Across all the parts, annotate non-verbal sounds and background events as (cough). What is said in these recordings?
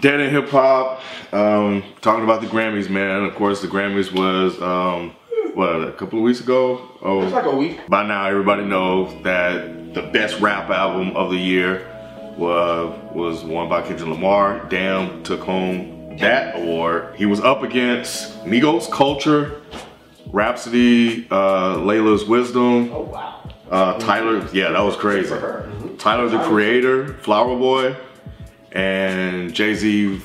Dead in Hip Hop, um, talking about the Grammys, man. Of course, the Grammys was, um, what, a couple of weeks ago? Oh, It's like a week. by now, everybody knows that the best rap album of the year was, was won by Kendrick Lamar. Damn took home that award. He was up against Migos Culture, Rhapsody, uh, Layla's Wisdom, Oh wow. uh, Tyler. Yeah, that was crazy. For her. Tyler the Creator, Flower Boy, and Jay Z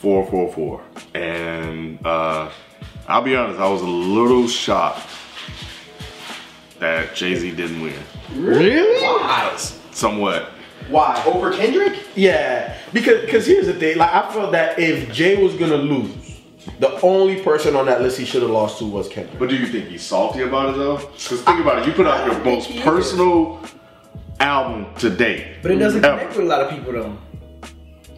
444. And uh, I'll be honest, I was a little shocked that Jay Z didn't win. Really? Why? Somewhat. Why? Over Kendrick? Yeah. Because because here's the thing. Like I felt that if Jay was gonna lose, the only person on that list he should have lost to was Kendrick. But do you think he's salty about it though? Because think about it, you put out your most personal album to date. But it doesn't ever. connect with a lot of people though.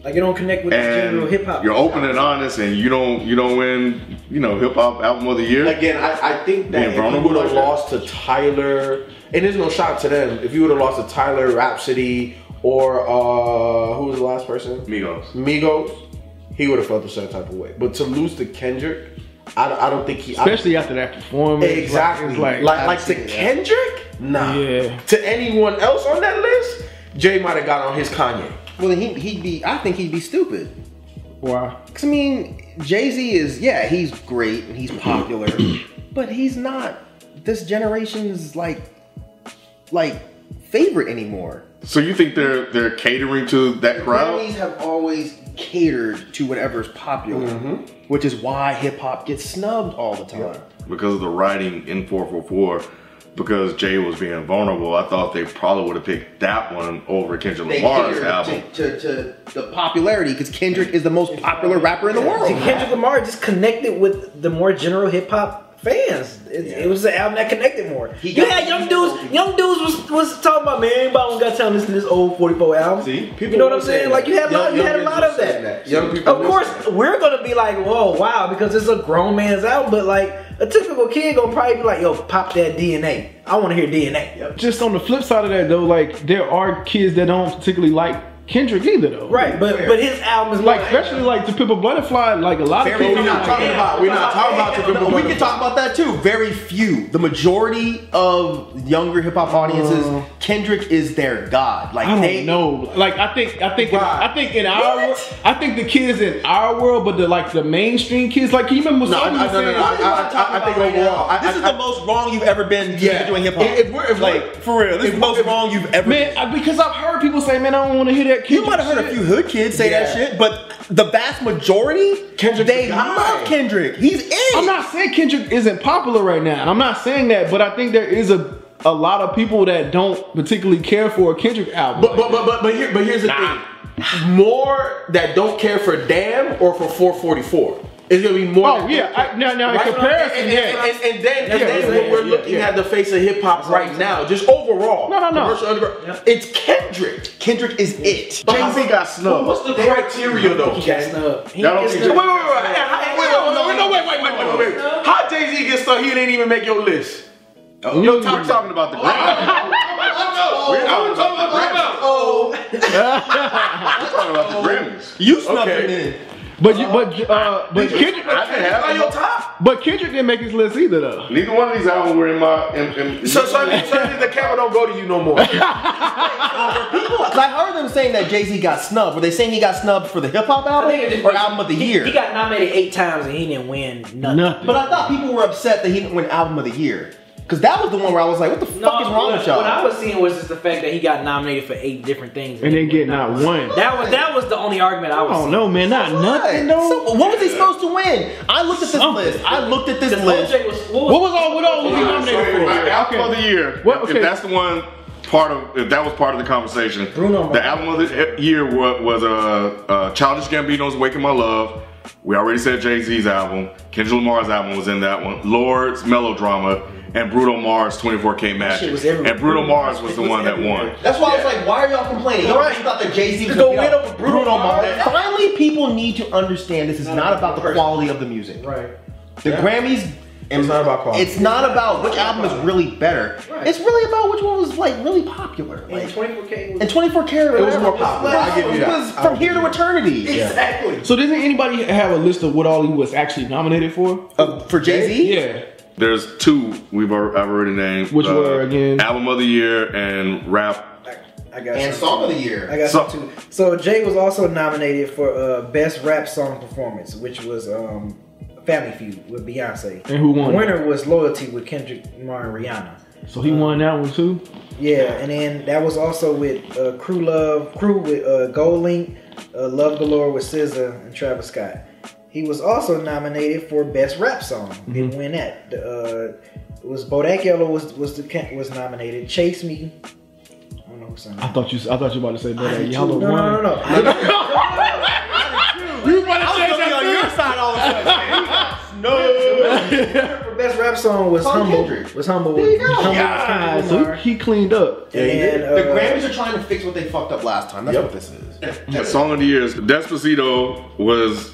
Like it don't connect with the general and hip hop. you're open and honest, and you don't you don't win you know hip hop album of the year. Again, I, I think that Being if you vulnerable would have like that. lost to Tyler, and there's no shot to them. If you would have lost to Tyler, Rhapsody, or uh, who was the last person? Migos. Migos, he would have felt a certain type of way. But to lose to Kendrick, I, don't- I don't think he. I- Especially after that performance. exactly. It's Like, like, to Kendrick? Nah. Yeah. To anyone else on that list, Jay might have got on his Kanye. Well, then he, he'd be. I think he'd be stupid. Wow. Because I mean, Jay Z is yeah, he's great and he's popular, (clears throat) but he's not this generation's like like favorite anymore. So you think they're they're catering to that crowd? Grammys have always catered to whatever's popular, which is why hip hop gets snubbed all the time. because of the writing in 444 because Jay was being vulnerable, I thought they probably would have picked that one over Kendrick They Lamar's cater album. to, to, to the popularity because Kendrick is the most popular rapper in the See, world. Kendrick Lamar just connected with the more general hip hop fans. It, it was an album that connected more. He you got- had young dudes, young dudes was, was talking about man, anybody don't got time to listen to this old 44 album. See? People you know what were I'm saying? saying Like you had a that. lot, you Young- had a young lot kids of were that. saying that. Young people Of were course, saying we're gonna be like, whoa, wow, because it's a grown man's album. But like a typical kid gonna probably be like, yo, pop that DNA. I want to hear DNA. Just on the flip side of that though, like there are kids that don't particularly like Kendrick either though. Right, but but his album is Like more- especially like the Pimp a Butterfly, like a lot of Very people. We're not talking about- we're not talking about the we can talk about that too. Very few. The majority of younger hip hop audiences, Kendrick is their god. Like Uh. I don't they know. Like I think I think Why? I think in our wor- I think the kids in our world, but the like the mainstream kids, like can you remember No, I- I- Masami was no, no, saying- no, I- I- I- I think overall, I- this I- is I- the most wrong you've ever been to Yeah. doing hip hop. If- if we're- if like we're- for real, this is the most wrong you've ever. Man, I, because I've heard people say, man, I don't want to hear that been. Kendrick you might have heard a shit. few hood kids say Yeah. that shit, but the vast majority, Kendrick's they the guy. love Kendrick. He's in. I'm not saying Kendrick isn't popular right now, and I'm not saying that, but I think there is a a lot of people that don't particularly care for a Kendrick album. But but but but but here but here's the thing. More that don't care for Damn or for 444. It's gonna be more. oh that- yeah, I, now now in Right? comparison, and, yeah. and, and, and then, and Yeah, then yeah, when we're yeah, looking yeah. at the face of hip hop right now, just overall. No, no, no. commercial underground, It's Kendrick. Kendrick is it. Jay Z got But snubbed. what's the criteria though, Ken? Snubbed. He Y'all don't is think the- Jay- Wait, wait, wait, wait, wait, wait, wait, wait, wait, wait, wait, wait. How Jay Z gets stuck? He didn't even make your list. We're talking about the Grammys. We're talking about the Grammys. We're talking about the Grammys. You snuck Okay. him in. but you, but uh, but Kendrick, I didn't It's not your have top. but Kendrick didn't make his list either though. neither one of these albums were in my. In, in, So, so, that means- so that means the camera don't go to you no more. People, 'cause I heard them saying that Jay Z got snubbed. Were they saying he got snubbed for the hip hop I think it album just- or album of the year? He got nominated eight times and he didn't win nothing. Nothing. but I thought people were upset that he didn't win album of the year because that was the one where I was like, "What the fuck is wrong what, with y'all?" What I was seeing was just the fact that he got nominated for eight different things, And then he get won not one. That was that was the only argument I I was. don't seeing. know, man. Not nothing though. So, what was he supposed to win? I looked at this Something. list. I looked at this Because list. OJ was what was, what was all? What all was he nominated for? my album of the year. What- okay. If that's the one part of, if that was part of the conversation, Bruno the Mars. album of the e, year was, was uh, uh, Childish Gambino's "Waking My Love." We already said Jay Z's album. Kendrick Lamar's album was in that one. Lord's Melodrama and Bruno Mars 24K Magic. shit was everywhere. And Bruno Mars was the one that won. That's why I was like, "Why are y'all complaining?" Y'all right. thought that Jay Z was go gonna win be out- over Bruno Mars. Finally, people need to understand this is not about the quality of the music. right? The Grammys It's not about quality. It's not about which album is really better. It's really about which one was like really popular. Like, 24K and 24 karat. It was more popular. I give you that. was I will from here to eternity. Exactly. So doesn't anybody have a list of what all he was actually nominated for? Uh, for Jay Z, Yeah. There's two we've al- I've already named. uh, Which were again? Album of the year and rap. I got And you. song of the year. I got So- so, too. So Jay was also nominated for uh, best rap song performance, which was um, Family Feud with Beyonce. And who won? Winner was Loyalty with Kendrick Lamar and Rihanna. So he won that one too. Yeah, and then that was also with uh, Crew Love, Crew with uh, Gold Link, uh, Love Galore with SZA and Travis Scott. He was also nominated for best rap song. Mm-hmm. Didn't win that. The, uh, it was Bodak Yellow was was the ca- was nominated. Chase Me. I don't know who sang. I thought you. I thought you were about to say better. that. Y'all no, won. no, no, (laughs) no, no. You about to I was change gonna be on that your side all of a sudden. (laughs) For best rap song was Tom humble. Kendrick. Was humble. There you go. Humble was Ah, Kendrick so Lamar. he cleaned up. And then, the uh, Grammys are trying to fix what they fucked up last time. That's Yep. what this is. Song of the year is Despacito was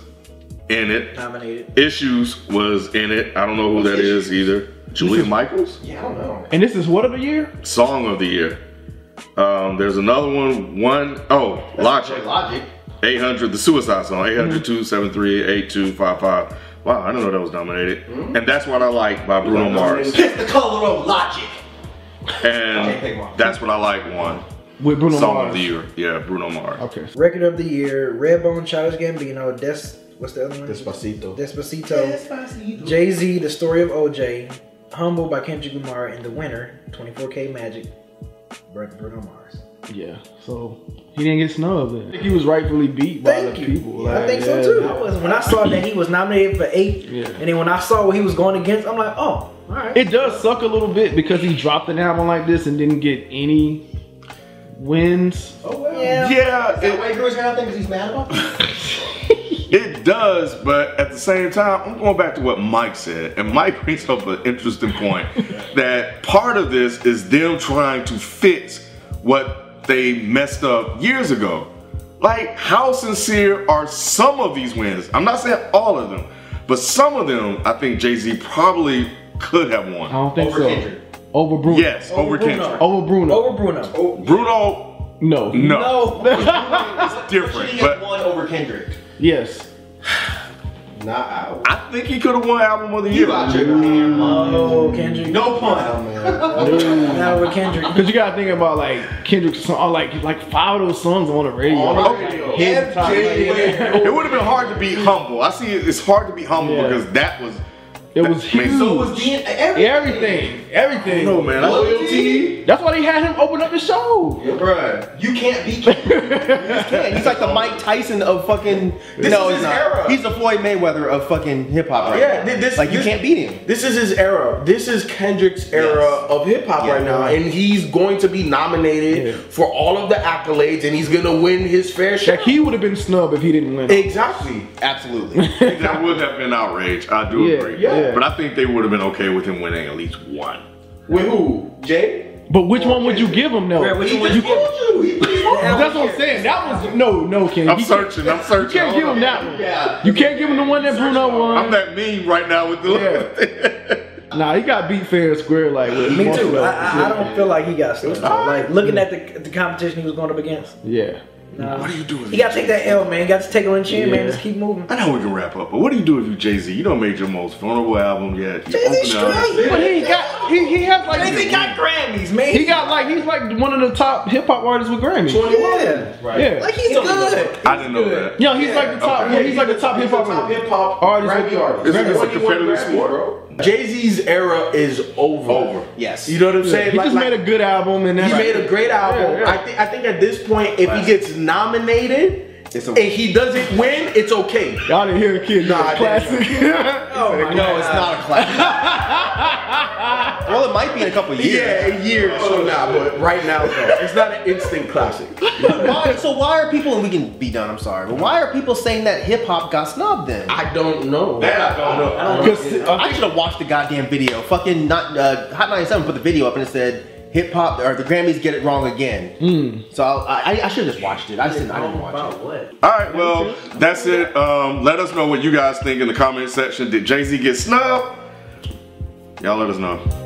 in it. nominated. Issues was in it. I don't know who that is either. Julia Michaels? Yeah, I don't know. And this is what of the year? Song of the year. Um, there's another one. One oh Logic. Logic. 800, the suicide song, 800 273 8255. Wow, I didn't know that was nominated. And That's What I Like by Bruno Mars. It's the color of logic. pick one. And That's What I Like one. With Bruno Song Mars. of the Year. Yeah, Bruno Mars. Okay. Record of the year: Redbone, Childish Gambino, Des. What's the other one? Despacito. Despacito. Jay Z, The Story of OJ, Humble by Kendrick Lamar, and the winner, 24K Magic, Br- Bruno Mars. Yeah. So he didn't get snubbed. Then. I think he was rightfully beat by Thank the you. people. I Like, think so yeah, too. I yeah. was, when I saw that he was nominated for eight, Yeah. and then when I saw what he was going against, I'm like, oh, all right. It does suck a little bit because he dropped an album like this and didn't get any wins. Oh, well. yeah. Yeah, Is that it, why he grew his hair out there? Because he's mad about it? it does, but at the same time, I'm going back to what Mike said. And Mike brings up an interesting point that part of this is them trying to fix what they messed up years ago. Like, how sincere are some of these wins? I'm not saying all of them, but some of them I think Jay Z probably could have won. I don't think Over so. Kendrick. Over Oh. Bruno. Yes, over, Kendrick. Over Bruno. Over Bruno. Oh, Bruno, no. no. He (laughs) (laughs) Different. had But one over Kendrick. Yes. Nah, I would. I think he could have won Album of the Year. Logic. Oh, Kendrick. No pun. Not over Kendrick. Cause you gotta think about like Kendrick's song, or like like five of those songs on the radio. His top- It would have been hard to be humble. I see it- it's hard to be humble Yeah. because that was. It was I mean, huge. so It was DNA. Every, everything, everything. No man, I, Loyalty. That's why they had him open up the show. Bruh. You can't beat Kendrick. Yeah, he's (laughs) like the Mike Tyson of fucking. no, is he's his not. era. He's the Floyd Mayweather of fucking hip hop right Yeah, now. thi- this- like you this- can't beat him. This is his era. This is Kendrick's era of hip hop right now, and he's going to be nominated Yeah. for all of the accolades, and he's gonna win his fair share. Like he would have been snubbed if he didn't win. Exactly. (laughs) Absolutely. think that (laughs) would have been outrage. I do Yeah, agree. yeah. But I think they would have been okay with him winning at least one. With who? Jay? But which one would you give him though? Right, which You- one would you- you give? That's what I'm saying. That was no, no, Ken. I'm You searching. I'm Can't, you searching. can't give him that one. Yeah. You can't give him the one that Bruno won. I'm that mean right now with the. Nah, he got beat fair and square. Like with Me most of too. those. I, I, I don't feel like he got stuck. (laughs) Like looking at the, the competition he was going up against. Yeah. what do you do? If You gotta take that L, man. You gotta take it on the chin, Yeah. man. Just keep moving. I know we can wrap up, but what do you do if you Jay Z? You don't made your most vulnerable album yet. You Jay-Z open up- straight. But he ain't got. He, he has like. Jay-Z got Grammys, man. He got like he's like one of the top hip hop artists with Grammy. yeah. Yeah. Like he's good. I didn't know that. yeah, he's like the top. Okay. Yeah, he's like the top hip Top hop. hip hop Artist. Grammy artist. It's- it's a competitive sport. Jay Z's era is over. Over. Yes. You know what I'm saying? He Like- just like- made a good album and He that's made a great album. Yeah, yeah. I think I think at this point, if he gets nominated It's a- and he doesn't win, it's okay. Y'all didn't hear a kid. Nah, I Nah, didn't. classic. (laughs) Oh my No, it's not a (laughs) classic. well, it might be in a couple of Yeah, years. Oh, a year so now, but right now, no. it's not an instant classic. Why, so why are people and we can be done? I'm sorry, but why are people saying that hip hop got snubbed then? I, I don't know. That I don't know. Because should have watched the goddamn video. Fucking not uh, Hot 97 put the video up and it said hip hop or the Grammys get it wrong again. So I, I, I should have just watched it. I just didn't. I didn't watch it. what? All right, well, that's it. Um, let us know what you guys think in the comment section. Did Jay Z get snubbed? Y'all let us know.